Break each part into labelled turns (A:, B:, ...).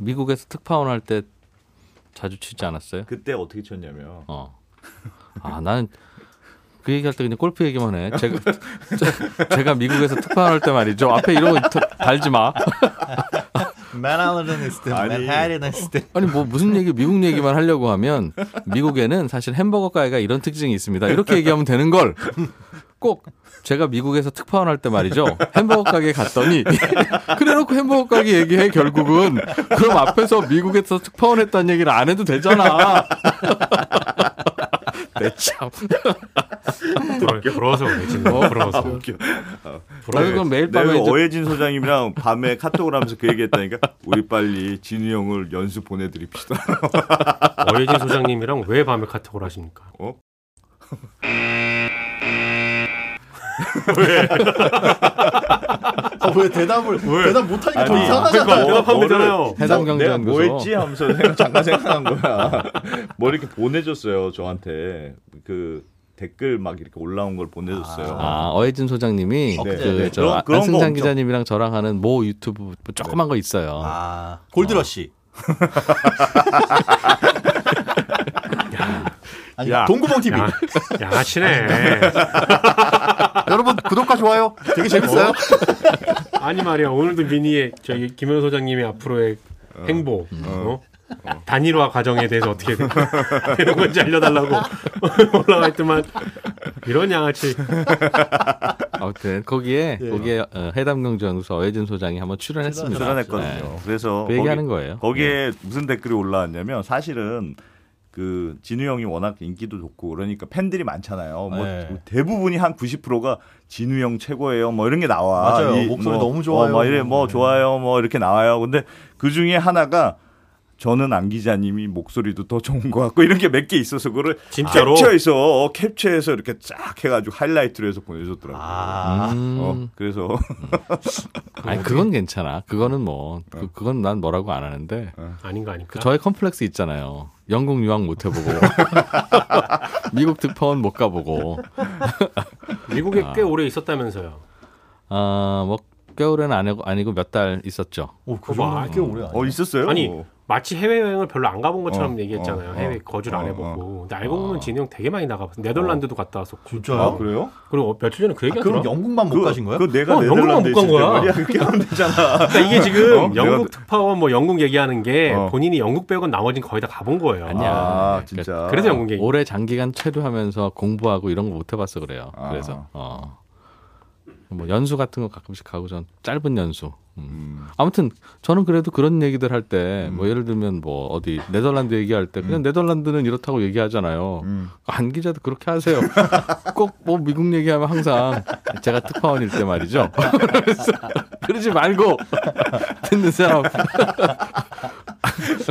A: 미국에서 특파원할 때 자주 치지 않았어요?
B: 그때 어떻게 쳤냐면
A: 어. 아, 나는 그 얘기할 때 그냥 골프 얘기만 해. 제가 제- 제가 미국에서 특파원할 때 말이죠. 앞에 이러고 다- 달지 마.
C: 맨하탄 있을 때,
B: 아니.
C: 맨하탄 있을 때.
A: 아니 뭐 무슨 얘기 미국 얘기만 하려고 하면 미국에는 사실 햄버거 가게가 이런 특징이 있습니다. 이렇게 얘기하면 되는 걸 꼭 제가 미국에서 특파원할 때 말이죠. 햄버거 가게 갔더니 그래놓고 햄버거 가게 얘기해 결국은 그럼 앞에서 미국에서 특파원했다는 얘기를 안 해도 되잖아. 내 참.
D: 부러, 부러워서 아, 그래 지금
A: 어?
D: 부러워서
B: 웃겨.
A: 나 그건 매일
B: 내가
A: 밤에
B: 그
A: 이제
B: 어혜진 소장님이랑 밤에 카톡을 하면서 그 얘기했다니까 우리 빨리 진우 형을 연수 보내드립시다.
D: 어예진 소장님이랑 왜 밤에 카톡을 하십니까?
B: 어?
C: 아, 왜 대답을, 대답 못하니까 더
B: 아니,
C: 이상하잖아.
D: 그러니까. 대답하면
B: 뭐를-
D: 되잖아요.
A: 해당 경제
B: 내가
A: 연구소.
B: 뭐 했지 하면서 생각- 잠깐 생각한 거야. 뭐 이렇게 보내줬어요 저한테 그 댓글 막 이렇게 올라온 걸 보내줬어요.
A: 아, 어혜진 소장님이
B: 네.
A: 그
B: 네.
A: 저
B: 그런- 그런 거
A: 안승장
B: 엄청-
A: 기자님이랑 저랑 하는 모 유튜브 뭐 조그만 거 있어요.
C: 아, 골드러시. 아니,
D: 야.
C: 동구멍 TV.
D: 야, 아, 야하시네.
C: 여러분, 구독과 좋아요. 되게 재밌어요.
D: 아니 말이야 오늘도 미니의 저기 김현 소장님의 앞으로의 행보 어? 단일화 과정에 대해서 어떻게 되- 되는 건지 알려달라고 올라와 있더만 이런 양아치
A: 아무튼 거기에
C: 예.
A: 거기에 어, 해담 경제연구소 어혜진 소장이 한번 출연했습니다.
B: 네. 출연했거든요. 그래서
A: 그 얘기하는 거예요.
B: 거기에
C: 네.
B: 무슨 댓글이 올라왔냐면 사실은 그 진우 형이 워낙 인기도 좋고 그러니까 팬들이 많잖아요. 뭐
C: 네.
B: 대부분이 한 90%가 진우 형 최고예요. 뭐 이런 게 나와.
C: 맞아요. 목소리 너무 좋아요.
B: 어, 뭐 이래 뭐
C: 네.
B: 좋아요. 뭐 이렇게 나와요. 근데 그 중에 하나가 저는 안 기자님이 목소리도 더 좋은 것 같고 이런 게 몇 개 있어서 그걸
D: 진짜로?
B: 캡처해서 어, 캡처해서 이렇게 쫙 해가지고 하이라이트로 해서 보내줬더라고요.
C: 아,
A: 음.
B: 어, 그래서
A: 아니 그건 괜찮아. 그거는 뭐
B: 어.
A: 그, 그건 난 뭐라고 안 하는데
D: 아닌가 아닐까?
A: 그 저의 컴플렉스 있잖아요. 영국 유학 못 해보고 미국 특파원 못 가보고
D: 미국에 꽤 오래 있었다면서요.
A: 아뭐 겨울에는 아니고 아니고 몇 달 있었죠.
C: 오, 그
D: 어머,
C: 정도는 꽤 오래 아니야.
B: 어 있었어요.
D: 아니 마치 해외 여행을 별로 안 가본 것처럼
B: 어,
D: 얘기했잖아요.
B: 어,
D: 해외
B: 어,
D: 거주를 안
B: 어,
D: 해보고. 근데 알고 보면 진이 형 되게 많이 나가봤어. 네덜란드도 갔다 왔었고.
C: 진짜요?
B: 아 그래요?
D: 그리고 며칠 전에 그
C: 아,
D: 얘기하더라.
C: 그럼 영국만 못 가신 거예요?
B: 그 내가
D: 어,
B: 네덜란드
D: 영국만
B: 있을
D: 못간
B: 때
D: 거야.
B: 말이야. 그렇게 하면 되잖아.
D: 그러니까 이게 지금
B: 어?
D: 영국
B: 내가-
D: 특파원 뭐 영국 얘기하는 게
B: 어.
D: 본인이 영국 빼고 나머지는 거의 다 가본 거예요.
A: 아니야.
B: 아, 진짜.
D: 그러니까 그래서 영국 얘기.
A: 오래 어, 장기간 체류하면서 공부하고 이런 거 못 해봐서 그래요.
B: 아.
A: 그래서 어. 뭐 연수 같은 거 가끔씩 가고 전 짧은 연수. 음.
B: 음.
A: 아무튼 저는 그래도 그런 얘기들 할 때 뭐 예를 들면 뭐 어디 네덜란드 얘기할 때 그냥 네덜란드는 이렇다고 얘기하잖아요.
B: 음.
A: 안 기자도 그렇게 하세요. 꼭 뭐 미국 얘기하면 항상 제가 특파원일 때 말이죠. 그래서 그러지 말고 듣는 사람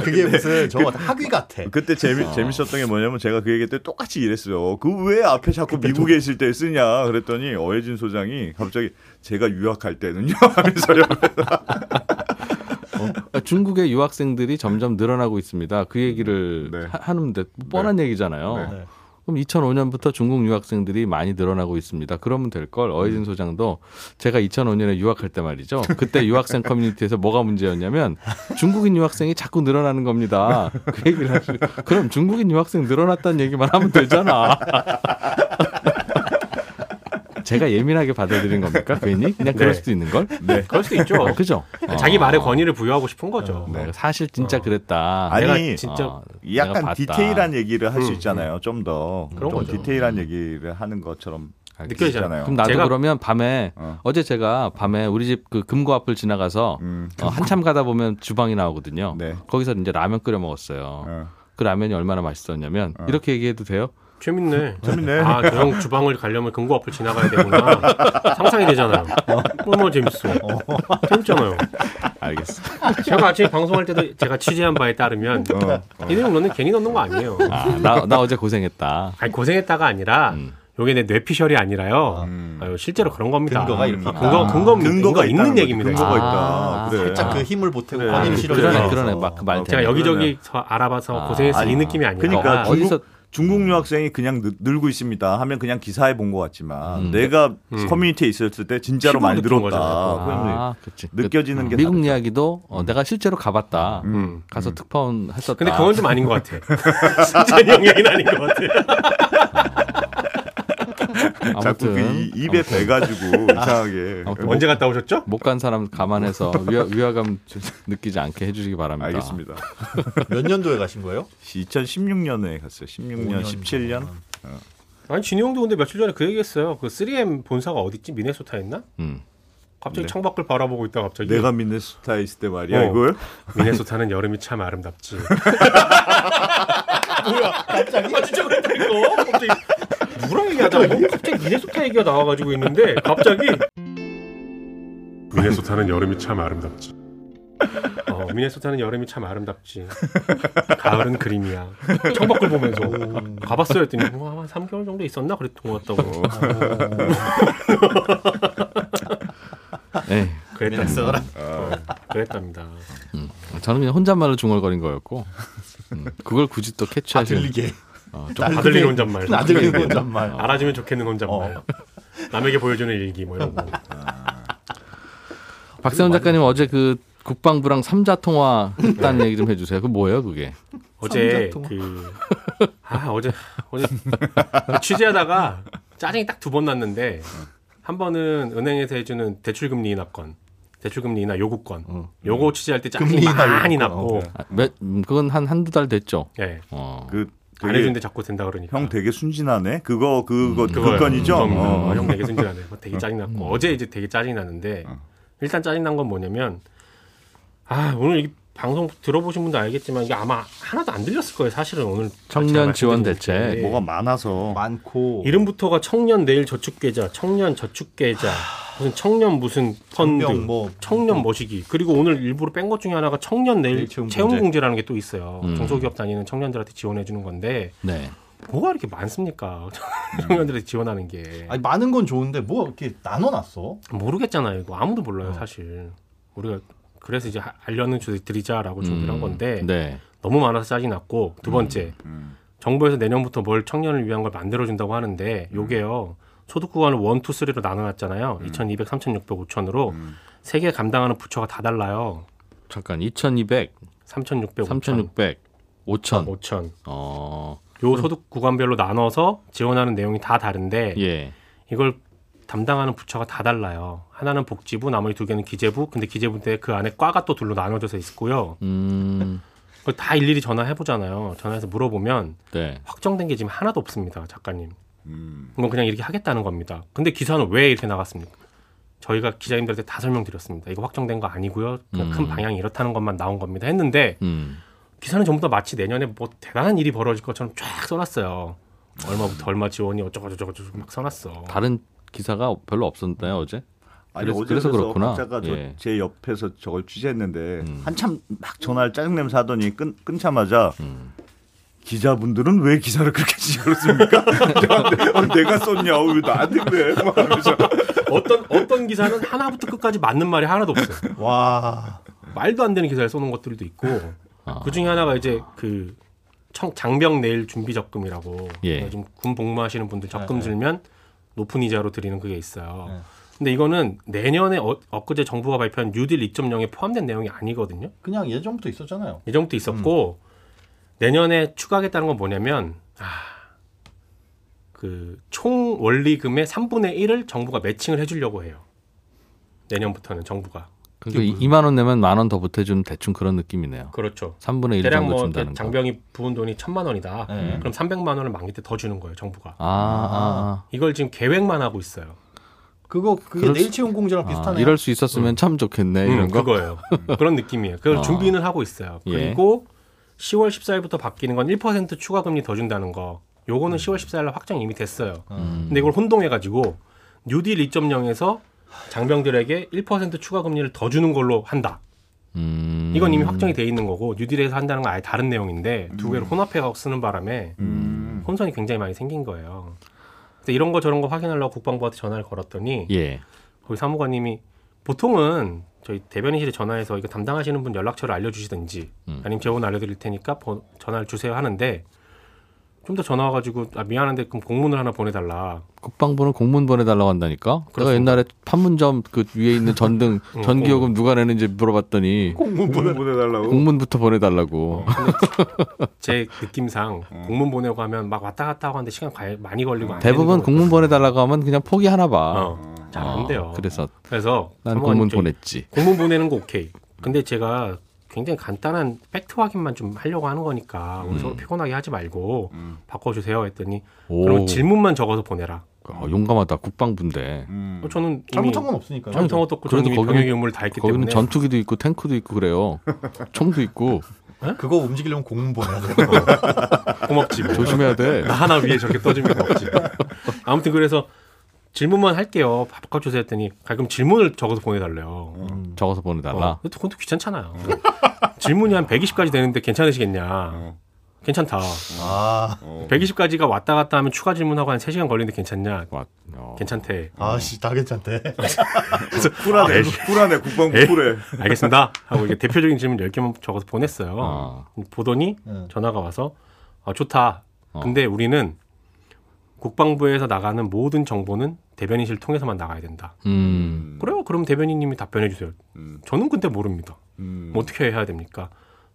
C: 그게 무슨 저거 학위 같아.
B: 그때 재미
D: 어.
B: 재밌었던 게 뭐냐면 제가 그 얘기 때 똑같이 이랬어요. 그 왜 앞에 자꾸 미국에 있을 때 쓰냐 그랬더니 어혜진 소장이 갑자기 제가 유학할 때는요 하면서
A: 어, 중국의 유학생들이 점점 늘어나고 있습니다. 그
D: 음,
A: 얘기를
B: 네.
A: 하, 하는데 뻔한 얘기잖아요.
B: 네.
C: 네.
A: 그럼 2005년부터 중국 유학생들이 많이 늘어나고 있습니다. 그러면 될 걸
D: 음.
A: 어혜진 소장도 제가 2005년에 유학할 때 말이죠. 그때 유학생 커뮤니티에서 뭐가 문제였냐면 중국인 유학생이 자꾸 늘어나는 겁니다. 그 얘기를 하시 그럼 중국인 유학생 늘어났다는 얘기만 하면 되잖아. 제가 예민하게 받아들인 겁니까? 괜히 그냥 그럴
D: 네.
A: 수도 있는 걸.
B: 네.
D: 그럴 수도 있죠.
A: 그죠?
D: 자기
A: 어.
D: 말에 권위를 부여하고 싶은 거죠.
A: 어, 사실 진짜 그랬다.
B: 네. 아니,
D: 내가 진짜
A: 어, 내가
B: 약간
A: 봤다.
B: 디테일한 얘기를 할 수
D: 음,
B: 있잖아요. 좀 더
D: 그런
B: 좀
D: 거죠. 음. 그러니까
B: 디테일한 얘기를 하는 것처럼
A: 알겠습니다.
D: 느껴지잖아요.
A: 그럼 나도
D: 제가-
A: 그러면 밤에
B: 어.
A: 어. 제 제가 밤에 우리 집 그 금고 앞을 지나가서
B: 음.
A: 어, 한참 가다 보면 주방이 나오거든요.
B: 네.
A: 거기서 이제 라면 끓여 먹었어요.
B: 어.
A: 그 라면이 얼마나 맛있었냐면 이렇게 얘기해도 돼요?
D: 재밌네.
B: 재밌네.
D: 아, 저 형 주방을 가려면 금고 앞을 지나가야 되구나. 상상이 되잖아요. 얼마나 재밌어. 재밌잖아요.
A: 알겠어.
D: 제가 아침에 방송할 때도 제가 취재한 바에 따르면 이내용 너는 괜히 넣는 거 아니에요.
A: 아, 나, 나 어제 고생했다.
D: 아니 고생했다가 아니라 요게 내 뇌피셜이 아니라요. 아유, 실제로 그런 겁니다.
C: 근거가 이렇게 있다.
D: 근거 근거
B: 아, 근거가 있다는
D: 있는
B: 거지.
D: 얘기입니다.
B: 근거가
A: 아,
B: 있다. 그래.
C: 살짝 그 힘을 보태고
A: 네.
B: 그래.
C: 권위를
B: 네. 아,
C: 실어주는
A: 그러네,
C: 거죠.
A: 그러네. 막그
B: 어,
A: 말대로.
D: 제가 여기저기서 알아봐서
A: 아,
D: 고생했어
B: 아니,
D: 이 느낌이 아니라
B: 그러니까
A: 어디서
B: 중국 유학생이 그냥 늘- 늘고 있습니다 하면 그냥 기사에 본 것
D: 음.
B: 같지만 내가 커뮤니티에 있었을 때 진짜로
D: 피부로
B: 많이
D: 느낀
B: 늘었다.
D: 거잖아요. 어,
B: 그건
A: 아, 그치.
B: 느껴지는 게
A: 미국
B: 다르죠. 음.
A: 이야기도 어, 내가 실제로 가봤다. 가서 특파원 했었다.
D: 근데 그건 좀 아닌 것 같아. 진짜 형 얘기는 아닌 것 같아.
B: 자꾸 그 이- 입에 배가지고 이상하게
A: 아무튼
D: 언제 갔다 오셨죠?
A: 못 간 사람 감안해서 위화, 위화감 좀 느끼지 않게 해주시기 바랍니다.
B: 음, 알겠습니다.
E: 몇 년도에 가신 거예요?
B: 2016년에 갔어요. 16년, 17년.
D: 아니 진이 형도 근데 며칠 전에 그 얘기했어요. 그 3M 본사가 어딨지? 미네소타 있나?
A: 음.
D: 갑자기 창밖을 바라보고 있다 가 갑자기
B: 내가 미네소타에 있을 때 말이야
D: 어.
B: 이걸.
D: 미네소타는 여름이 참 아름답지.
E: 갑자기?
D: 아 진짜 그랬다니까. 갑자기 누구랑 얘기하다가 갑자기 미네소타 얘기가 나와가지고 있는데 갑자기 미네소타는 여름이 참 아름답지. 어, 미네소타는 여름이 참 아름답지. 가을은 그림이야. 창밖을 보면서
E: 음.
D: 가봤어요 했더니 뭐, 한 3개월 정도 있었나 그랬던 것 같다고.
E: 어.
A: 에이,
D: 그랬답니다. 어, 그랬답니다.
E: 아.
A: 저는 그냥 혼잣말로 중얼거린 거였고 음, 그걸 굳이 또 캐치하시는
E: 아, 들리게.
A: 어, 좀
E: 안
D: 아들린 혼잣말.
E: 안 들리는 건 정말.
D: 알아주면 좋겠는 혼잣말.
E: 어.
D: 남에게 보여주는 일기 뭐 이런 거.
A: 박세훈 작가님 어제 그 국방부랑 삼자 통화 했다는 얘기 좀 해주세요. 그 뭐예요, 그게?
D: 어제 그 아 어제 어제 취재하다가 짜증이 딱 두 번 났는데 한 번은 은행에서 해주는 대출금리 인하권, 대출금리 인하 요구권, 요거 취재할 때 짜증이
E: 어. 금리 인하
D: 많이
E: 요구권, 어,
D: 났고,
A: 아, 몇, 음, 그건 한한두달 됐죠.
D: 예,
A: 어.
B: 그
D: 안
B: 되게
D: 해준데 자꾸 된다 그러니까.
B: 형 되게 순진하네. 그거 그거
D: 그거요.
B: 그 건이죠.
D: 음,
B: 어.
D: 형 되게 순진하네. 뭐
A: 음.
D: 되게 짜증 났고 어제 이제 되게 짜증 나는데 일단 짜증 난 건 뭐냐면 아 오늘 이 방송 들어보신 분도 알겠지만 이게 아마 하나도 안 들렸을 거예요. 사실은 오늘 제가
A: 청년 지원
D: 말씀드린
A: 대책.
D: 게.
B: 뭐가 많아서
E: 많고.
D: 이름부터가 청년 내일 저축계좌, 청년 저축계좌, 무슨 청년 무슨 펀드,
E: 청년 뭐.
D: 청년 뭐시기. 그리고 오늘 일부러 뺀 것 중에 하나가 청년 내일
E: 내일 채움
D: 채움
E: 공제.
D: 공제라는 게 또 있어요.
A: 음.
D: 중소기업 다니는 청년들한테 지원해 주는 건데
A: 네.
D: 뭐가 이렇게 많습니까? 청년들한테 지원하는 게
E: 아니 많은 건 좋은데 뭐 이렇게 나눠놨어?
D: 모르겠잖아요. 이거 아무도 몰라요, 사실. 우리가 그래서 이제 하- 알려는 주- 드리자라고 준비를 한 건데
A: 음. 네.
D: 너무 많아서 짜증 났고 두 번째 정부에서 내년부터 뭘 청년을 위한 걸 만들어준다고 하는데 요게요 소득 구간을 원, 투, 쓰리로 나눠놨잖아요. 2,200, 3,600, 5,000으로 세 개 감당하는 부처가 다 달라요.
A: 잠깐 2,200,
D: 네, 3,600, 5,000,
A: 3,600, 5,000.
D: 5,000.
A: 어.
D: 요 소득 구간별로 나눠서 지원하는 내용이 다 다른데
A: 예.
D: 이걸 담당하는 부처가 다 달라요. 하나는 복지부, 나머지 두 개는 기재부. 근데 기재부인데 그 안에 과가 또 둘로 나눠져서 있고요.
A: 음.
D: 그걸 다 일일이 전화해 보잖아요. 전화해서 물어보면
A: 네.
D: 확정된 게 지금 하나도 없습니다, 작가님. 이건 그냥 이렇게 하겠다는 겁니다. 근데 기사는 왜 이렇게 나갔습니까? 저희가 기자님들한테 다 설명드렸습니다. 이거 확정된 거 아니고요. 그냥 큰 방향이 이렇다는 것만 나온 겁니다. 했는데
A: 음.
D: 기사는 전부 다 마치 내년에 뭐 대단한 일이 벌어질 것처럼 쫙 써놨어요. 얼마부터 얼마 지원이 어쩌고 저쩌고 저쩌고 막 써놨어.
A: 다른 기사가 별로 없었나요, 어제? 그래서-
B: 어제
A: 그래서 그렇구나.
B: 박자가 저-
A: 예.
B: 제 옆에서 저걸 취재했는데 한참 막 전화를 짜증 내면서 하더니 끊 끊자마자 기자분들은 왜 기사를 그렇게 찍었습니까? 아, 내가 썼냐? 어, 왜 나한테 그래? 막 하면서
D: 어떤 어떤 기사는 하나부터 끝까지 맞는 말이 하나도 없어요. 아.
E: 와.
D: 말도 안 되는 기사를 써놓은 것들도 있고 그 중에 하나가 이제 그 청, 장병 내일 준비 적금이라고
A: 예.
D: 요즘 군 복무하시는 분들 적금 들면 높은 이자로 드리는 그게 있어요. 근데 이거는 내년에 어, 엊그제 정부가 발표한 뉴딜 2.0에 포함된 내용이 아니거든요.
E: 그냥 예전부터 있었잖아요.
D: 예정도 있었고 내년에 추가하겠다는 건 뭐냐면 아 그 총 원리금의 3분의 1을 정부가 매칭을 해주려고 해요. 내년부터는 정부가
A: 그러니까
D: 뭐-
A: 2만 원 내면 만 원 더 보태 주는 대충 그런 느낌이네요.
D: 그렇죠.
A: 3분의 1
D: 대략
A: 정도
D: 뭐
A: 준다는 거.
D: 장병이 부은 돈이 천만 원이다.
E: 네.
D: 그럼 300만 원을 만기 때 더 주는 거예요, 정부가.
A: 아, 아,
D: 이걸 지금 계획만 하고 있어요.
E: 그거 그게
A: 그럴
E: 내일 채용 공제랑
A: 아.
E: 비슷하네요.
A: 아, 이럴 수 있었으면 참 좋겠네 이런
D: 음,
A: 거.
D: 그거예요. 그런 느낌이에요. 그걸
A: 아.
D: 준비는 하고 있어요.
A: 예.
D: 그리고 10월 14일부터 바뀌는 건 1% 추가 금리 더 준다는 거.
A: 음.
D: 요거는 10월 14일 날 확정 이미 됐어요. 근데 이걸 혼동해 가지고 뉴딜 2.0에서 장병들에게 1% 추가 금리를 더 주는 걸로 한다.
A: 음.
D: 이건 이미 확정이 돼 있는 거고 뉴딜에서 한다는 건 아예 다른 내용인데 두
A: 음.
D: 개를 혼합해 갖고 쓰는 바람에 혼선이 굉장히 많이 생긴 거예요. 근데 이런 거 저런 거 확인하려고 국방부한테 전화를 걸었더니
A: 예.
D: 거기 사무관님이 보통은 저희 대변인실에 전화해서 이거 담당하시는
A: 음.
D: 분 연락처를 알려주시든지 아니면 제본 알려드릴 테니까 번- 전화를 주세요 하는데 좀 더 전화 와가지고 아 미안한데 그럼 공문을 하나 보내달라.
A: 국방부는 공문 보내달라고 한다니까. 내가
D: 그렇습니다.
A: 옛날에 판문점 그 위에 있는 전등
D: 어,
A: 전기요금 누가 내는지 물어봤더니
B: 공문 보내달라고.
A: 공문부터 보내달라고.
D: 어, 제 느낌상 공문 보내고 하면 막 왔다 갔다 하고 하는데 시간 가- 많이 걸리고 안 되는
A: 음. 대부분
D: 경우가
A: 공문 보내달라고 하면 그냥 포기하나 봐.
D: 어, 잘 안 돼요.
A: 어, 그래서
D: 그래서
A: 난
D: 한번
A: 공문 음.
D: 저기
A: 보냈지.
D: 공문 보내는 거 오케이. 근데 제가 굉장히 간단한 팩트 확인만 좀 하려고 하는 거니까 우리 서로 피곤하게 하지 말고 바꿔주세요 했더니
A: 음. 오,
D: 그럼 질문만 적어서 보내라.
A: 아, 용감하다. 국방부인데.
B: 음.
D: 어, 저는 이미
E: 잘못한 건 없으니까요.
D: 잘못한 것도 없고 저는
A: 그래도
D: 이미
A: 거기는-
D: 병역 의무를 다했기
A: 거기는
D: 때문에
A: 전투기도 있고 탱크도 있고 그래요. 총도 있고
E: 그거 움직이려면 공문 보내야 돼요.
D: 고맙지. 뭐.
A: 조심해야 돼.
D: 나 하나 위에 저렇게 떠주면 없지. 아무튼 그래서 질문만 할게요. 바꿔주세요 했더니 가끔 질문을 적어서 보내달래요.
A: 음. 적어서 보내달라.
D: 어, 근데 그건 또 귀찮잖아요. 질문이 한 120까지 되는데 괜찮으시겠냐.
A: 어.
D: 괜찮다.
E: 아,
D: 120까지가 왔다 갔다 하면 추가 질문하고 한 3시간 걸리는데 괜찮냐.
A: 와, 어.
D: 괜찮대.
E: 아씨, 다 괜찮대.
B: 쿨하네. 아, 쿨하네. 국방부
D: 에이.
B: 쿨해.
D: 알겠습니다. 하고 이게 대표적인 질문 10개만 적어서 보냈어요.
A: 아.
D: 보더니
E: 네.
D: 전화가 와서 아, 좋다.
A: 어.
D: 근데 우리는 국방부에서 나가는 모든 정보는 대변인실 통해서만 나가야 된다.
A: 음.
D: 그래요. 그럼 대변인님이 답변해 주세요. 저는 근데 모릅니다.
A: 음.
D: 뭐 어떻게 해야 됩니까?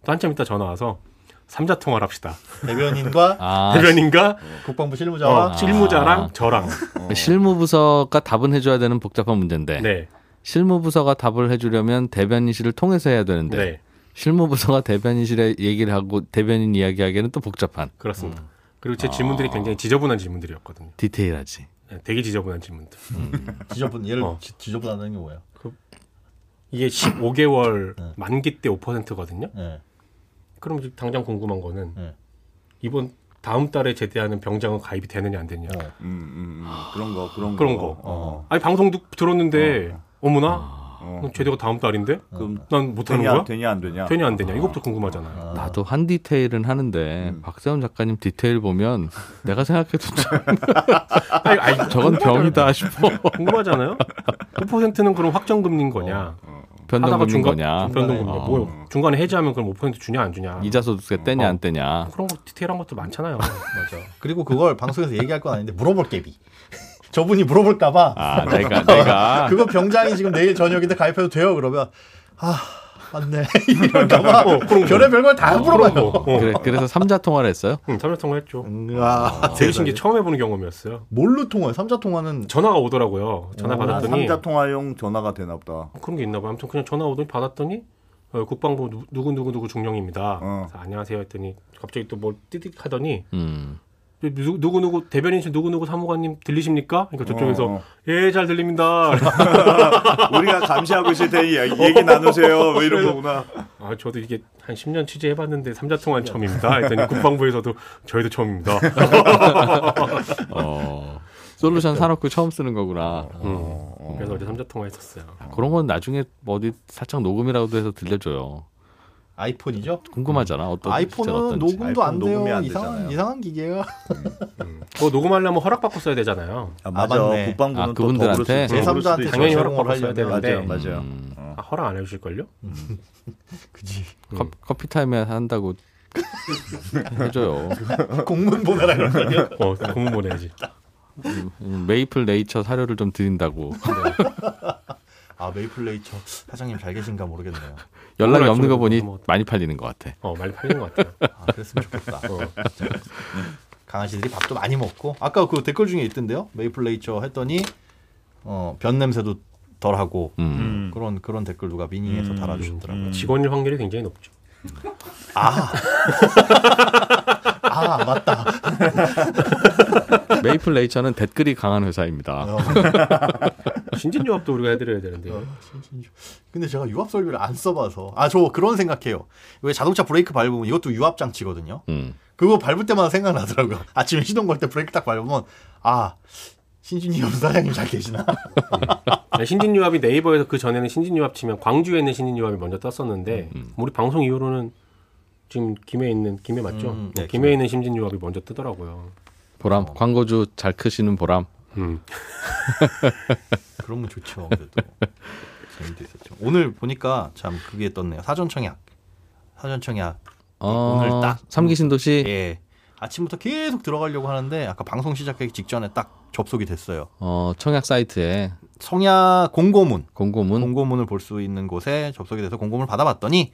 D: 또 한참 있다 전화 와서 삼자 통화를 합시다.
E: 대변인과
A: 아,
D: 대변인과
E: 국방부
D: 어,
E: 실무자와
D: 실무자랑
A: 아.
D: 저랑.
A: 실무부서가 답은 해줘야 되는 복잡한 문제인데
D: 네.
A: 실무부서가 답을 해주려면 대변인실을 통해서 해야
D: 네.
A: 되는데 실무부서가 대변인실에 얘기를 하고 대변인 이야기하기에는 또 복잡한
D: 그렇습니다.
A: 음.
D: 그리고
A: 아.
D: 제 질문들이 굉장히 지저분한 질문들이었거든요.
A: 디테일하지.
D: 네, 되게 지저분한 질문들.
E: 지저분 예를
D: 어.
E: 지- 지저분하다는 게 뭐예요?
D: 이게 15개월
A: 네.
D: 만기 때 5%거든요.
E: 예.
D: 그럼 이제 당장 궁금한 거는
E: 네.
D: 이번 다음 달에 제대하는 병장은 가입이 되느냐 안 되느냐.
E: 어.
B: 음, 음, 음. 그런 거, 그런 거.
D: 그런 거.
B: 어.
D: 아니 방송 듣- 들었는데 어. 머나
B: 네. 어.
D: 제대가 다음 달인데
B: 그럼
D: 난 못하는
B: 되냐,
D: 어.
B: 어.
D: 거야?
B: 되냐, 안 되냐.
D: 되냐 안 되냐 이것부터 궁금하잖아요. 음.
A: 나도 한 디테일은 하는데 박세훈 작가님 디테일 보면 내가 생각해도 참
D: 아니, 아니,
A: 저건 병이다 싶어.
D: 궁금하잖아요. 5%는 그럼 확정금리인 거냐?
B: 어.
D: 하다가
A: 변동금인
D: 중간
A: 거냐.
D: 변동금리
A: 어.
D: 뭐 중간에 해지하면 그럼 5% 주냐 안 주냐?
A: 이자소득세
D: 어.
A: 떼냐 안 떼냐.
D: 그런 거 디테일한 것도 많잖아요. 맞아.
E: 그렇죠. 그리고 그걸 방송에서 얘기할 건 아닌데 물어볼 게비. 저분이 물어볼까봐
A: 아, 내가 내가
E: 그거 병장이 지금 내일 저녁인데 가입해도 돼요? 그러면 아 맞네 이럴까봐
D: 어, 뭐.
E: 별의별 걸 다 물어봐요.
A: 그래, 그래서 삼자 통화를 했어요.
D: 응, 참여 통화했죠.
B: 음,
E: 음, 와
D: 아, 되게 신기 처음 해보는 경험이었어요.
E: 뭘로 아, 통화해? 삼자 통화는
D: 전화가 오더라고요. 전화
B: 아,
D: 받았더니
B: 삼자 통화용 전화가 되나 보다.
D: 어, 그런 게 있나 봐. 아무튼 그냥 전화 오더니 받았더니 어, 국방부 누- 누구누구누구 중령입니다.
B: 어.
D: 그래서 안녕하세요 했더니 갑자기 또 뭘 띠딕 하더니
A: 음.
D: 누- 누구누구 대변인실 누구누구 사무관님 들리십니까? 그러니까 저쪽에서
B: 어, 어.
D: 예 잘 들립니다.
B: 우리가 감시하고 있을 테니 얘기, 얘기 나누세요. 뭐 이런 거구나.
D: 아 저도 이게 한 10년 취재해봤는데 삼자통화는 처음입니다. 했더니 국방부에서도 저희도 처음입니다.
A: 어. 솔루션 사놓고 처음 쓰는 거구나.
D: 음, 그래서 어제 삼자통화 했었어요.
A: 그런 건 나중에 뭐 어디 살짝 녹음이라도 해서 들려줘요.
E: 아이폰이죠?
A: 궁금하잖아. 어떤 진짜
E: 음. 아이폰은
A: 어떤지.
E: 녹음도 안
B: 아이폰
E: 돼요.
B: 녹음이 안
E: 이상한
B: 되잖아요.
E: 이상한 기계야.
D: 그거 녹음하려면 허락받고 써야 되잖아요.
B: 아,
E: 아,
B: 맞아.
E: 맞네.
B: 국방부는
A: 아,
B: 또
A: 그분들한테?
B: 더불어 쓸- 더불어
E: 제3자한테
B: 네, 수도 있어요.
D: 당연히 네.
B: 네,
E: 저런 걸
D: 허락받고 써야
E: 하려면
B: 맞아요,
D: 되는데
B: 어. 맞아요.
A: 음.
D: 아, 허락 안 해주실걸요?
E: 그지.
A: 컵- 음. 커피 타임에 한다고 해줘요.
E: 공문 보내라 그런 거요
D: 어 공문 보내야지.
A: 음, 메이플 네이처 사료를 좀 드린다고.
E: 아 메이플레이처 사장님 잘 계신가 모르겠네요. 뭐
A: 연락이 없는 거
D: 소리도
A: 보니
D: 먹었다.
A: 많이 팔리는 것 같아.
D: 어 많이 팔리는 것 같아요. 어.
E: 아 그랬으면 좋겠다. 진짜. 강아지들이 밥도 많이 먹고 아까 그 댓글 중에 있던데요. 메이플레이처 했더니 어, 변 냄새도 덜하고
A: 음.
E: 그런 그런 댓글 누가 미니에서 달아주셨더라고요.
D: 직원일 확률이 굉장히 높죠.
E: 아 맞다. 음.
A: 메이플 네이처는 댓글이 강한
E: 어.
A: 회사입니다.
D: 신진조합도 우리가 해드려야 되는데
E: 근데 제가 유압 설비를 안 써봐서 아 저 그런 생각해요. 왜 자동차 브레이크 밟으면 이것도 유압 장치거든요.
A: 음.
E: 그거 밟을 때마다 생각나더라고요. 아침에 시동 걸 때 브레이크 딱 밟으면 아 신준이 형 사장님 잘 계시나?
D: 아니, 네, 신진유합이 네이버에서 그 전에는 신진유합 치면 광주에 있는 신진유합이 먼저 떴었는데
A: 음,
D: 우리 방송 이후로는 지금 김해 있는 김해 맞죠?
E: 음, 네,
D: 김해 있는 신진유합이 먼저 뜨더라고요.
A: 보람
E: 어.
A: 광고주 잘 크시는 보람.
D: 음.
E: 그러면 좋죠. 그래도 재미도 있었죠. 오늘 보니까 참 그게 떴네요. 사전청약. 사전청약.
A: 어,
E: 오늘 딱.
A: 삼기 신도시
E: 예. 아침부터 계속 들어가려고 하는데 아까 방송 시작하기 직전에 딱 접속이 됐어요.
A: 어, 청약 사이트에
E: 성야 공고문
A: 공고문
E: 공고문을 볼 수 있는 곳에 접속이 돼서 공고문을 받아봤더니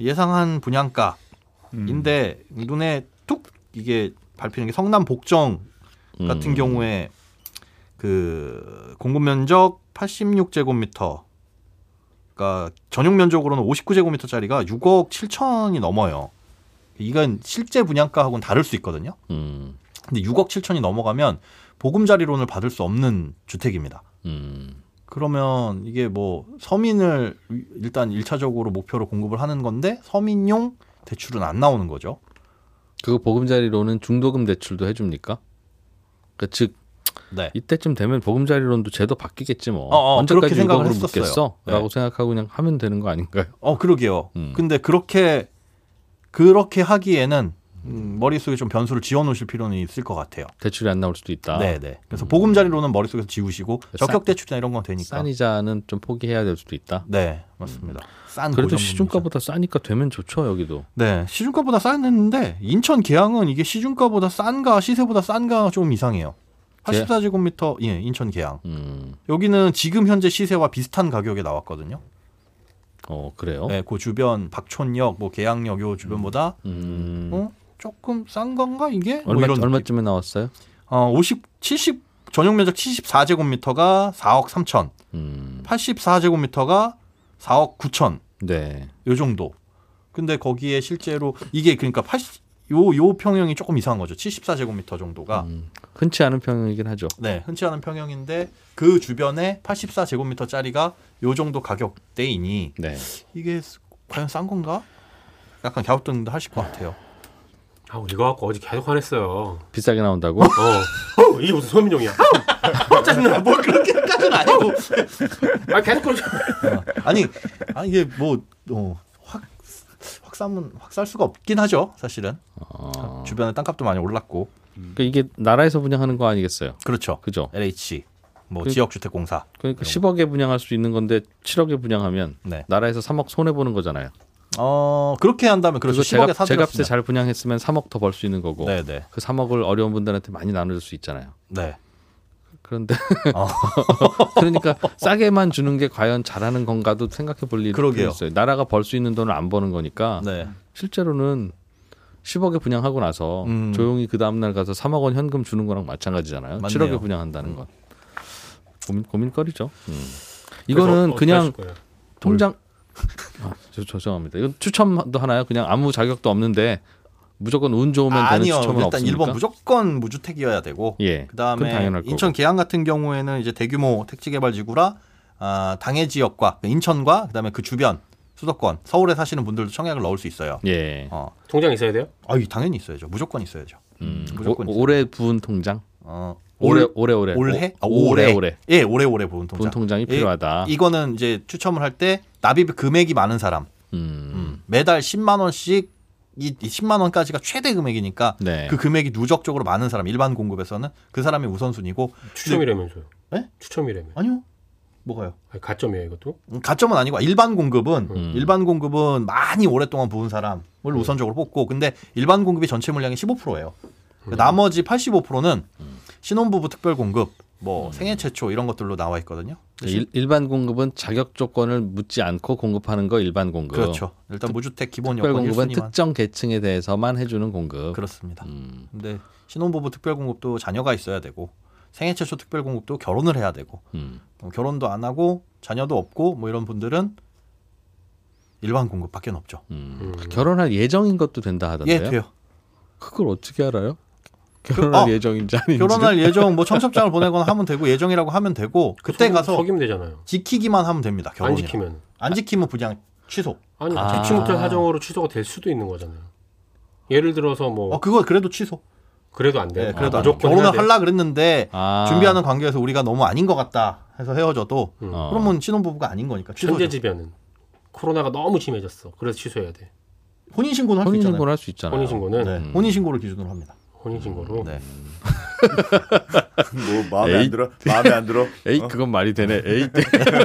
E: 예상한
B: 음.
E: 분양가인데 눈에 툭 이게 밟히는 게 성남 복정 같은
A: 음.
E: 경우에 그 공급 면적 86제곱미터가 그러니까 전용 면적으로는 59제곱미터짜리가 6억 7천이 넘어요. 이건 실제 분양가하고는 다를 수 있거든요.
A: 음,
E: 근데 6억 7천이 넘어가면 보금자리론을 받을 수 없는 주택입니다.
A: 음,
E: 그러면 이게 뭐 서민을 일단 일차적으로 목표로 공급을 하는 건데 서민용 대출은 안 나오는 거죠.
A: 그거 보금자리로는 중도금 대출도 해줍니까? 그즉
E: 네.
A: 이때쯤 되면 보금자리론도 제도 바뀌겠지 뭐
E: 어, 어,
A: 언제까지
E: 그렇게 생각을
A: 유동으로
E: 했었어요. 네.
A: 묻겠어라고 생각하고 그냥 하면 되는 거 아닌가요?
E: 어 그러게요.
A: 음.
E: 근데 그렇게 그렇게 하기에는 음, 머릿속에 좀 변수를 지어 놓으실 필요는 있을 것 같아요.
A: 대출이 안 나올 수도 있다.
E: 네, 네. 그래서 보금자리론은 머릿속에서 지우시고
A: 싸-
E: 적격 대출이나 이런 건 되니까.
A: 싼 이자는 음. 좀 포기해야 될 수도 있다.
E: 네, 맞습니다. 싼
A: 그래도
E: 보증금
A: 시중가보다 싸니까 되면 좋죠 여기도.
E: 네, 시중가보다 싸긴 했는데 인천 계양은 이게 시중가보다 싼가 시세보다 싼가 좀 이상해요.
A: 제-
E: 84제곱미터 예, 인천 계양.
A: 음,
E: 여기는 지금 현재 시세와 비슷한 가격에 나왔거든요.
A: 어 그래요.
E: 네, 그 주변 박촌역, 뭐 계양역 요 주변보다
A: 음,
E: 어? 조금 싼 건가 이게? 뭐
A: 얼마
E: 이런 느낌.
A: 얼마쯤에 나왔어요?
E: 어, 50, 70 전용 면적 74제곱미터가 4억 3천,
A: 음,
E: 84제곱미터가 4억 9천
A: 네.
E: 요 정도. 근데 거기에 실제로 이게 그러니까 80 요, 요 평형이 조금 이상한 거죠. 74제곱미터 정도가.
A: 음, 흔치 않은 평이긴 하죠.
E: 네, 흔치 않은 평형인데 그 주변에 84제곱미터짜리가 요 정도 가격대이니
A: 네.
E: 이게 과연 싼 건가? 약간 갸우뚱도 하실 것 같아요.
D: 아, 이거 갖고 어제 계속 화냈어요.
A: 비싸게 나온다고.
D: 어. 어, 이게 무슨 서민용이야? 어, 짜증나. 뭘 그렇게.
E: 까지는 아니고.
D: 아, 계속 그러죠.
E: 어. 아니, 아 이게 뭐 어, 확, 확 싸면 확 쌀 수가 없긴 하죠, 사실은.
A: 어,
E: 주변에 땅값도 많이 올랐고.
A: 그러니까 이게 나라에서 분양하는 거 아니겠어요?
E: 그렇죠.
A: 그죠?
E: LH 뭐
A: 그-
E: 지역주택공사.
A: 그러니까 10억에 분양할 수 있는 건데 7억에 분양하면
E: 네.
A: 나라에서 3억 손해 보는 거잖아요.
E: 어, 그렇게 한다면 그렇죠.
A: 그리고
E: 10억에
A: 제값,
E: 사들였으면.
A: 제값에 잘 분양했으면 3억 더 벌 수 있는 거고
E: 네, 네.
A: 그 3억을 어려운 분들한테 많이 나눠줄 수 있잖아요.
E: 네.
A: 그런데
E: 어.
A: 그러니까 싸게만 주는 게 과연 잘하는 건가도 생각해 볼 일이
E: 그러게요.
A: 있어요. 나라가 벌 수 있는 돈을 안 버는 거니까
E: 네.
A: 실제로는 10억에 분양하고 나서
E: 음.
A: 조용히 그 다음 날 가서 3억 원 현금 주는 거랑 마찬가지잖아요.
E: 맞네요. 음.
A: 7억에 분양한다는 건 고민 고민거리죠. 음.
D: 그래서
A: 이거는
D: 어떻게
A: 그냥
D: 하실 거예요?
A: 통장 아, 저, 죄송합니다. 이건 추첨도 하나요? 그냥 아무 자격도 없는데 무조건 운 좋으면
E: 아니요.
A: 되는 추첨은
E: 일단
A: 없습니까?
E: 일본 무조건 무주택이어야 되고
A: 예. 그건
E: 그다음에
A: 당연할 거고.
E: 인천 계양 같은 경우에는 이제 대규모 택지 개발 지구라 아, 당해 지역과 인천과 그다음에 그 주변 수도권 서울에 사시는 분들도 청약을 넣을 수 있어요.
A: 예.
E: 어.
D: 통장 있어야 돼요?
E: 아, 이 당연히 있어야죠. 무조건 있어야죠.
A: 음,
E: 무조건
A: 오- 올해 부은 통장.
E: 어.
A: 올해
E: 올-
A: 올해 올해
E: 올해? 아,
A: 오- 올해 올해
E: 예, 올해 올해 보은
A: 본
E: 통장.
A: 통장이
E: 예,
A: 필요하다.
E: 이거는 이제 추첨을 할 때 납입 금액이 많은 사람
A: 음,
E: 매달 10만 원씩 이 10만 원까지가 최대 금액이니까
A: 네.
E: 그 금액이 누적적으로 많은 사람 일반 공급에서는 그 사람이 우선순위고
D: 추첨이라면서요.
E: 네?
D: 추첨이라면.
E: 아니요 뭐가요?
D: 아, 가점이에요, 이것도?
E: 음, 가점은 아니고 일반 공급은
A: 음.
E: 일반 공급은 많이 오랫동안 부은 사람을 우선적으로 뽑고 근데 일반 공급이 전체 물량의 15%예요. 그 나머지 85%는
A: 음.
E: 신혼부부 특별 공급 뭐 생애 최초 이런 것들로 나와 있거든요.
A: 일, 반 공급은 자격 조건을 묻지 않고 공급하는 거 일반 공급.
E: 그렇죠. 일단 무주택 기본
A: 특별
E: 요건
A: 공급은
E: 1순위만
A: 특정 계층에 대해서만 해주는 공급.
E: 그렇습니다.
A: 음,
E: 근데 신혼부부 특별 공급도 자녀가 있어야 되고 생애 최초 특별 공급도 결혼을 해야 되고
A: 음.
E: 어, 결혼도 안 하고 자녀도 없고 뭐 이런 분들은 일반 공급밖에 없죠.
A: 음. 결혼할 예정인 것도 된다 하던데요.
E: 예, 돼요.
A: 그걸 어떻게 알아요? 결혼할
E: 어,
A: 예정인지 아닌지.
E: 결혼할 예정 뭐 청첩장을 보내거나 하면 되고 예정이라고 하면 되고 그때
D: 속-
E: 가서
D: 속이면 되잖아요.
E: 지키기만 하면 됩니다. 결혼이
D: 안 지키면.
E: 안 지키면 분양 취소.
D: 아니,
A: 아.
D: 자치 못할 사정으로 취소가 될 수도 있는 거잖아요. 예를 들어서 뭐
E: 어 그거 그래도 취소.
D: 그래도 안 돼요.
E: 예, 그래도
D: 아,
E: 안 돼요.
D: 무조건 해야
E: 결혼을
D: 돼요.
E: 하려 그랬는데
A: 아.
E: 준비하는 관계에서 우리가 너무 아닌 것 같다 해서 헤어져도
D: 음.
A: 어.
E: 그러면 신혼부부가 아닌 거니까 취소죠.
D: 천재지변은 코로나가 너무 심해졌어. 그래서 취소해야 돼.
E: 혼인신고는 할 수 있잖아요.
A: 혼인신고를 할 수 있잖아요.
D: 혼인신고는
E: 네, 혼인신고를 기준으로 합니다.
D: 혼인신고로
E: 네.
B: 뭐 마음에
A: 에이.
B: 안 들어? 마음에 안 들어?
A: 에이
B: 어?
A: 그건 말이 되네. 에이.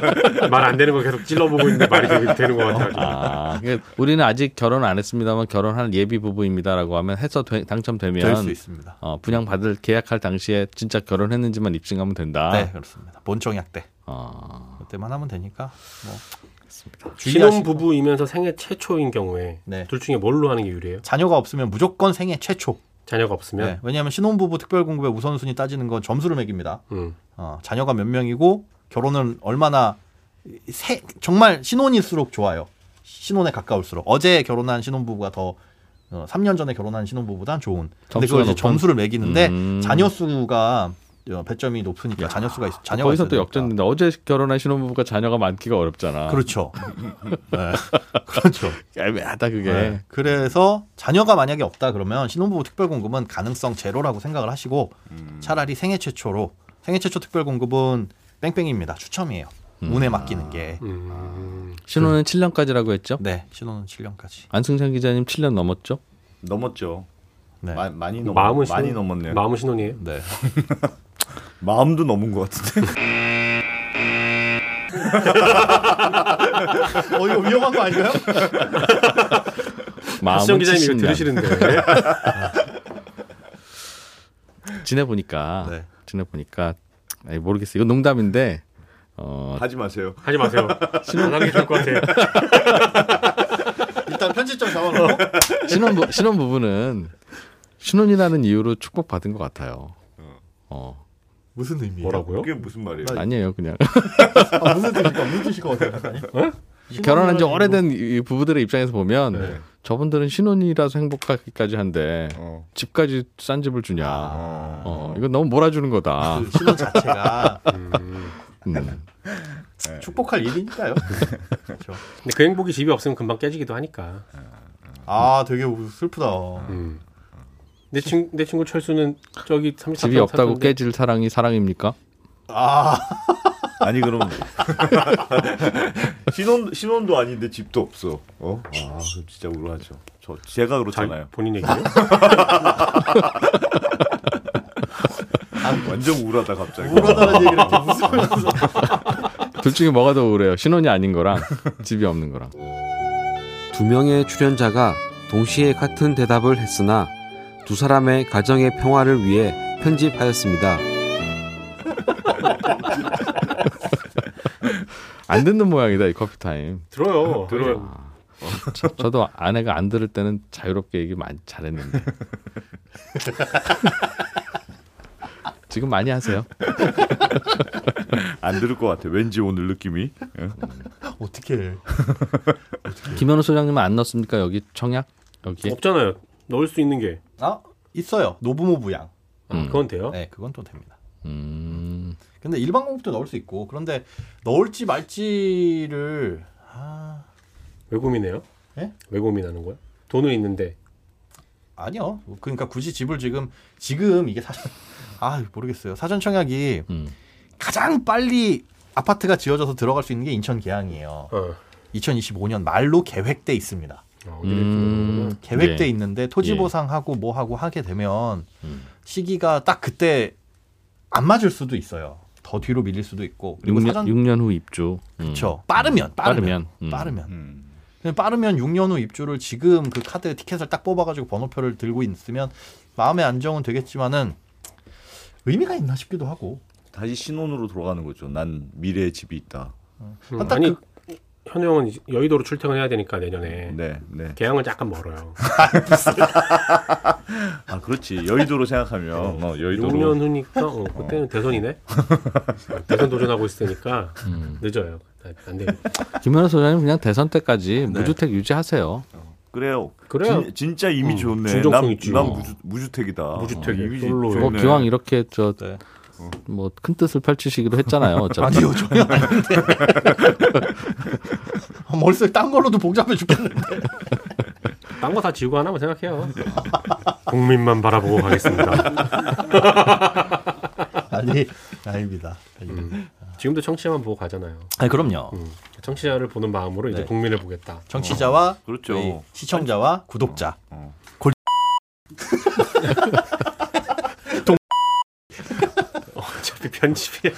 D: 말 안 되는 거 계속 찔러보고 있는데 말이 되- 되는 것 같아요. 지금.
A: 아, 그러니까 우리는 아직 결혼 안 했습니다만 결혼한 예비 부부입니다라고 하면 해서 되-
E: 될 수
A: 당첨되면
E: 있습니다.
A: 어, 분양 받을 계약할 당시에 진짜 결혼했는지만 입증하면
D: 아.
A: 된다.
E: 네 그렇습니다. 본청약 때
A: 어,
E: 그때만 하면 되니까 뭐
D: 신혼
E: 주의하시고.
D: 부부이면서 생애 최초인 경우에
E: 네.
D: 둘 중에 뭘로 하는 게 유리해요?
E: 자녀가 없으면 무조건 생애 최초.
D: 자녀가 없으면.
E: 네, 왜냐하면 신혼부부 특별공급의 우선순위 따지는 건 점수를 매깁니다.
D: 음.
E: 어, 자녀가 몇 명이고 결혼은 얼마나 세- 정말 신혼일수록 좋아요. 신혼에 가까울수록 어제 결혼한 신혼부부가 더 어, 3년 전에 결혼한 신혼부부보단 좋은. 근데
A: 점수가
E: 그걸 이제
A: 높은?
E: 점수를 매기는데
A: 음.
E: 자녀 수가 어, 배점이 높으니까 자녀 수가 있, 자녀가
A: 거기서
E: 있어야
A: 또
E: 되니까.
A: 역전된다. 어제 결혼한 신혼부부가 자녀가 많기가 어렵잖아.
E: 그렇죠. 네, 그렇죠.
A: 애매하다 그게.
E: 네, 그래서 자녀가 만약에 없다 그러면 신혼부부 특별공급은 가능성 제로라고 생각을 하시고 차라리 생애 최초로 생애 최초 특별공급은 뺑뺑입니다. 추첨이에요. 운에 맡기는 게.
D: 음.
A: 신혼은 7년까지라고 했죠?
E: 네, 신혼은 7년까지.
A: 안승찬 기자님 7년 넘었죠?
B: 넘었죠.
E: 네.
B: 마- 많이 넘
D: 마음은
B: 많이
D: 신혼-
B: 넘었네요.
D: 마음은 신혼이에요.
E: 네.
B: 마음도 넘은 것 같은데.
E: 어 이거 위험한 거 아닌가요?
A: 마음은
D: 시정 기자님 이거
A: 70년.
D: 들으시는데.
A: 지내보니까
E: 네.
A: 지내보니까 아니, 모르겠어요. 이건 농담인데 어,
B: 하지 마세요.
D: 하지 마세요. 안 하는 게 좋을 것 같아요.
E: 일단 편집점 잡아놓고
A: 신혼부, 신혼부부는 신혼이라는 이유로 축복받은 것 같아요. 어,
E: 무슨 의미예요?
D: 뭐라고요?
B: 그게 무슨 말이에요?
A: 아니에요, 그냥.
E: 아, 무슨 뜻일까? 무슨 뜻일 것 같아요?
A: 결혼한 지 오래된 이 부부들의 입장에서 보면 저분들은 신혼이라서 행복하기까지 한데
B: 어.
A: 집까지 싼 집을 주냐.
D: 아.
A: 어, 이건 너무 몰아주는 거다.
E: 그 신혼 자체가
A: 음.
E: 축복할 일이니까요. 그렇죠.
D: 근데 그 행복이 집이 없으면 금방 깨지기도 하니까.
E: 아 되게 슬프다.
D: 음. 내, 친, 내 친구 철수는 저기 34평
A: 집이 없다고 깨질 사랑이 사랑입니까?
E: 아
B: 아니 그럼 신혼 신혼도 아닌데 집도 없어. 어? 아 그거 진짜 우울하죠. 저 제가 그렇잖아요.
D: 본인 얘기예요?
B: 완전 우울하다 갑자기.
E: 우울하다는 얘기를 어. 이렇게 무슨
A: 둘 중에 뭐가 더 우울해요? 신혼이 아닌 거랑 집이 없는 거랑.
F: 두 명의 출연자가 동시에 같은 대답을 했으나 두 사람의 가정의 평화를 위해 편집하였습니다.
A: 안 듣는 모양이다 이 커피 타임.
D: 들어요. 들어요.
A: 저, 저도 아내가 안 들을 때는 자유롭게 얘기 많이 잘했는데. 지금 많이 하세요.
B: 안 들을 것 같아. 왠지 오늘 느낌이. 예?
E: 어떻게 해?
A: 김현우 소장님은 안 넣었습니까? 여기 청약
E: 어,
A: 여기.
D: 없잖아요. 넣을 수 있는 게.
E: 아 있어요. 노부모부양.
D: 아, 그건 돼요?
E: 네, 그건 또 됩니다.
A: 음,
E: 근데 일반 공급도 넣을 수 있고 그런데 넣을지 말지를 아
D: 왜 고민해요?
E: 예?
D: 왜 고민하는 거야? 돈은 있는데.
E: 아니요. 그러니까 굳이 집을 지금 지금 이게 사전 아 모르겠어요. 사전 청약이
A: 음.
E: 가장 빨리 아파트가 지어져서 들어갈 수 있는 게 인천 계양이에요.
D: 어.
E: 2025년 말로 계획돼 있습니다.
D: 어,
A: 음.
D: 이래서.
E: 계획돼
A: 예.
E: 있는데
A: 예.
E: 토지 보상하고 뭐 하고 하게 되면
A: 음.
E: 시기가 딱 그때 안 맞을 수도 있어요. 더 뒤로 밀릴 수도 있고 그리고
A: 6년,
E: 사전
A: 육 년 후 입주. 음.
E: 그렇죠. 빠르면 빠르면
A: 빠르면, 음.
E: 빠르면
B: 음.
E: 근데 빠르면 6년 후 입주를 지금 그 카드 티켓을 딱 뽑아가지고 번호표를 들고 있으면 마음의 안정은 되겠지만은 의미가 있나 싶기도 하고
B: 다시 신혼으로 돌아가는 거죠. 난 미래에 집이 있다.
D: 음,
E: 아, 딱
D: 아니 현우 형은 이제 여의도로 출퇴근해야 되니까 내년에.
B: 네, 네.
D: 계양은 약간 멀어요.
B: 아 그렇지. 여의도로 생각하면 어, 여의도로.
D: 6년 후니까 어, 그때는 대선이네. 어, 대선 도전하고 있을 때니까 늦어요. 아, 안 돼요.
A: 김현우 소장님 그냥 대선
E: 네.
A: 때까지 무주택 유지하세요.
B: 그래요.
D: 그래요.
B: 진, 진짜 이미
D: 음,
B: 좋네.
D: 진정성
B: 난-
D: 있지.
B: 난
D: 어.
B: 무주, 무주택이다.
D: 무주택이야.
B: 어, 이미
D: 솔로.
A: 뭐
B: 좋네.
A: 기왕 이렇게
E: 네.
A: 저 뭐 큰 뜻을 펼치시기로 했잖아요. 어차피.
E: 아니요 전혀 아닌데 아, 멀쩡히 딴 걸로도 복잡해 죽겠는데
D: 딴 거 다 지우고 하나만 생각해요. 국민만 바라보고 가겠습니다.
E: 아니 아닙니다 아닙니다.
D: 음. 지금도 청취자만 보고 가잖아요.
E: 음. 아니 그럼요
D: 음, 청취자를 보는 마음으로 이제
E: 네.
D: 국민을 보겠다.
E: 정치자와
B: 그렇죠.
E: 저희 시청자와 구독자
B: 어.
E: 골
D: 편집이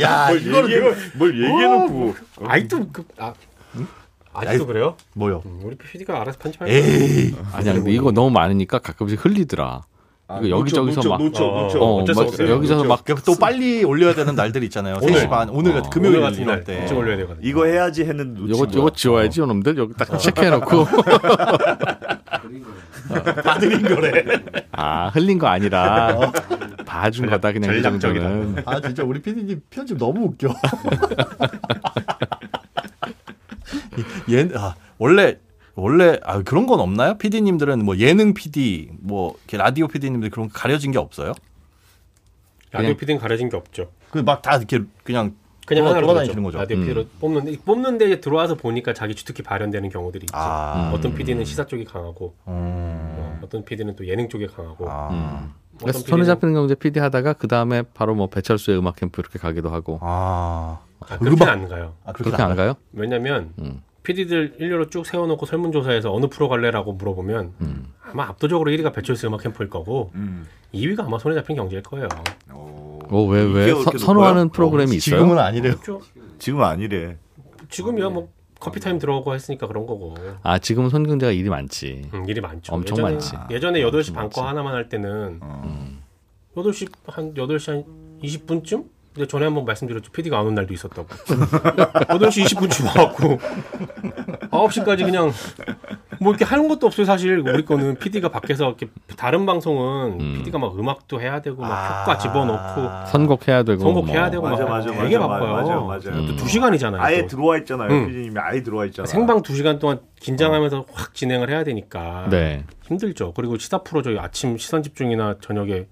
E: 야,
B: 뭘 얘기해, 뭘 얘기해놓고
D: 아직도 그, 아, 아직도 그래요?
E: 뭐요?
D: 음, 우리 PD가 알아서 편집할 거야.
E: 에이.
A: 아니야 근데 이거 너무 많으니까 가끔씩 흘리더라.
B: 아,
A: 이거 여기저기서
B: 놓쳐,
A: 막
B: 놓쳐,
D: 어.
B: 놓쳐.
A: 어,
D: 어쩔 수
A: 막
D: 없어요.
A: 여기저서 막
E: 그러니까 또 빨리 올려야 되는 날들 있잖아요.
D: 오늘.
E: 3시 반 오늘 같은 금요일 어.
D: 오늘 같은
E: 이럴
D: 날
E: 때.
D: 이쪽 올려야 되거든.
B: 이거 해야지 했는데 놓친
A: 요거
B: 거야.
A: 요거 지워야지 요놈들 여기 딱 체크해놓고
E: 받으린 거래.
A: 아 흘린 거 아니라 봐준 거다 그냥 이
D: 어. 전략적이다.
A: 정도는
E: 아 진짜 우리 PD님 편집 너무 웃겨. 예, 아, 원래 원래 아, 그런 건 없나요? PD님들은 뭐 예능 PD, 뭐 이렇게 라디오 PD님들 그런 거 가려진 게 없어요?
D: 라디오 PD는 가려진 게 없죠.
E: 그 막 다 이렇게 그냥
D: 그냥
E: 돌아-
D: 하나로
E: 돌아다니시는
D: 뽑죠.
E: 거죠. 음.
D: 라디오 PD로 뽑는데 뽑는데 이제 들어와서 보니까 자기 주특기 발현되는 경우들이 있죠.
E: 아,
D: 어떤 PD는 시사 쪽이 강하고
E: 음,
D: 어, 어떤 PD는 또 예능 쪽이 강하고
E: 아,
A: 그래서
D: 어떤
A: 손에
D: PD는
A: 잡히는 경제 PD 하다가 그 다음에 바로 뭐 배철수의 음악 캠프 이렇게 가기도 하고
E: 아,
D: 아, 그렇게
E: 음악-
D: 안 가요.
E: 아, 그렇게
A: 그렇게 안
E: 안
A: 가요?
D: 왜냐면
E: 음.
D: PD들 일렬로 쭉 세워놓고 설문조사에서 어느 프로 갈래라고 물어보면
E: 음.
D: 아마 압도적으로 1위가 배철수 음악 캠프일 거고 2위가 아마 손에 잡힌 경제일 거예요.
A: 오왜왜
B: 이게 이렇게 높아요?
A: 선호하는 프로그램이 있어요?
E: 지금은 아니래요. 음.
D: 그렇죠?
B: 지금 아니래.
E: 네.
D: 지금이야 뭐 커피 타임 들어오고 했으니까 그런 거고
A: 아 지금은 손경제가 일이 많지.
D: 음, 일이 많죠.
A: 엄청
D: 예전에,
A: 많지. 어.
D: 예전에 8시 반거 하나만 할 때는 8시 한 8시 한 20분쯤? 근데 전에 한번 말씀드렸죠. PD가 안 온 날도 있었다고. 8시 20분쯤 와갖고 9시까지 그냥 뭐 이렇게 하는 것도 없어요. 사실 우리 거는 PD가 밖에서 이렇게 다른 방송은
A: 음.
D: PD가 막 음악도 해야 되고 막
A: 아.
D: 효과 집어넣고
A: 선곡해야 되고
D: 아,
A: 뭐.
D: 선곡해야 되고
B: 맞아,
D: 막
B: 맞아,
D: 되게
B: 맞아,
D: 바빠요. 음.
B: 맞아, 맞아.
A: 음.
D: 또 2시간이잖아요.
B: 아예 들어와 있잖아요.
D: 응.
B: 피디님이 아예 들어와 있잖아.
D: 생방 2시간 동안
A: 어.
D: 긴장하면서 확 진행을 해야 되니까.
A: 네.
D: 힘들죠. 그리고 시사 프로 저희 아침 시선 집중이나 저녁에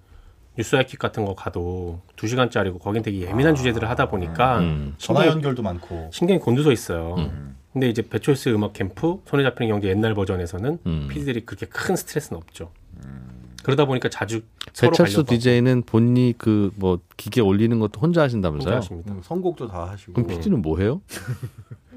D: 뉴스 하이킥 같은 거 가도 두 시간짜리고 거긴 되게 예민한
A: 아,
D: 주제들을 하다 보니까
A: 음.
E: 전화 연결도 많고.
D: 신경이 곤두서 있어요. 근데 이제 배철수 음악 캠프 손에 잡히는 경제 옛날 버전에서는
A: 음.
D: 피디들이 그렇게 큰 스트레스는 없죠. 그러다 보니까 자주 서로
A: 배철수
D: 가려고
A: DJ는 본인이 그 뭐 기계 올리는 것도 혼자 하신다면서요?
D: 하십니다.
E: 음, 선곡도 다 하시고
A: 그럼 예. PD는 뭐 해요?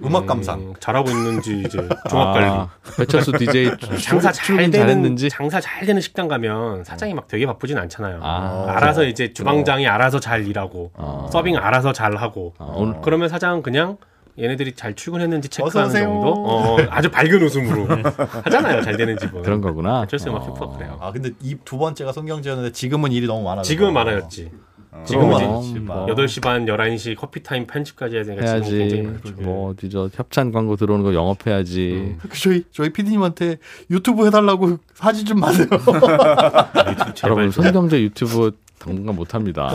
E: 음악 감상.
D: 음, 잘하고 있는지 이제 종합 관리.
A: 아, 배철수 DJ 출근
D: 장사 잘
A: 출근
D: 되는
A: 잘했는지
D: 장사 잘 되는 식당 가면 사장이 막 되게 바쁘진 않잖아요.
A: 아.
D: 알아서 이제 주방장이 알아서 잘 일하고 서빙 알아서 잘 하고
A: 오늘-
D: 어. 그러면 사장은 그냥 얘네들이 잘 출근했는지
E: 어서
D: 체크하는
E: 오세요.
D: 정도 어, 아주 밝은 웃음으로 하잖아요 잘 되는 집은
A: 그런 거구나.
D: 어쩔 수
A: 어.
D: 없이 캠프가 그래요.
E: 아 근데 이 두 번째가 성경제였는데 지금은 일이 너무 많아서.
D: 지금은 많아졌지.
E: 지금은
D: 지금은
E: 많아졌지.
A: 뭐.
D: 여덟 시 반, 11시 커피 타임 편집까지 해야 되니까 지금 굉장히
A: 해야지.
D: 많죠.
A: 뭐 어디 저 협찬 광고 들어오는 거 영업해야지.
D: 음,
E: 그 저희 저희 PD님한테 유튜브 해달라고 사진 좀 만들어.
A: 여러분
D: 제발 좀.
A: 손경제 유튜브 당분간 못 합니다.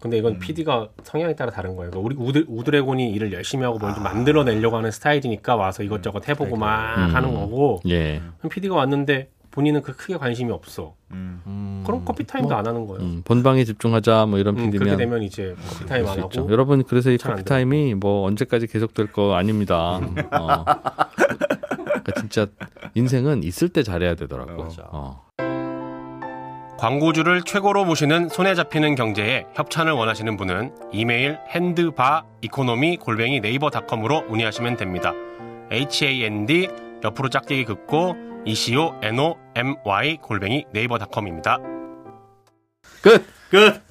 D: 근데 이건 PD가 성향에 따라 다른 거예요. 그러니까 우리 우드, 우드래곤이 일을 열심히 하고 뭘 좀 만들어내려고 하는 스타일이니까 와서 이것저것 해보고 막
A: 음.
D: 하는 거고
A: 예.
D: 그럼 PD가 왔는데 본인은 그 크게 관심이 없어.
B: 음.
D: 그럼 커피 타임도 안 하는 거예요.
A: 음, 본방에 집중하자 뭐 이런
D: 음,
A: PD면
D: 그렇게 되면 이제 커피 타임 안
A: 수
D: 하고
A: 있죠. 여러분 그래서 이
D: 잘안
A: 커피 타임이 뭐 언제까지 계속될 거 아닙니다. 어. 그러니까 진짜 인생은 있을 때 잘해야 되더라고. 어.
D: 광고주를 최고로 모시는 손에 잡히는 경제에 협찬을 원하시는 분은 이메일 핸드바 이코노미 골뱅이 네이버닷컴으로 문의하시면 됩니다. HAND 옆으로 짝대기 긋고 ECO NOMY 골뱅이 네이버닷컴입니다.
A: 끝.
D: 끝.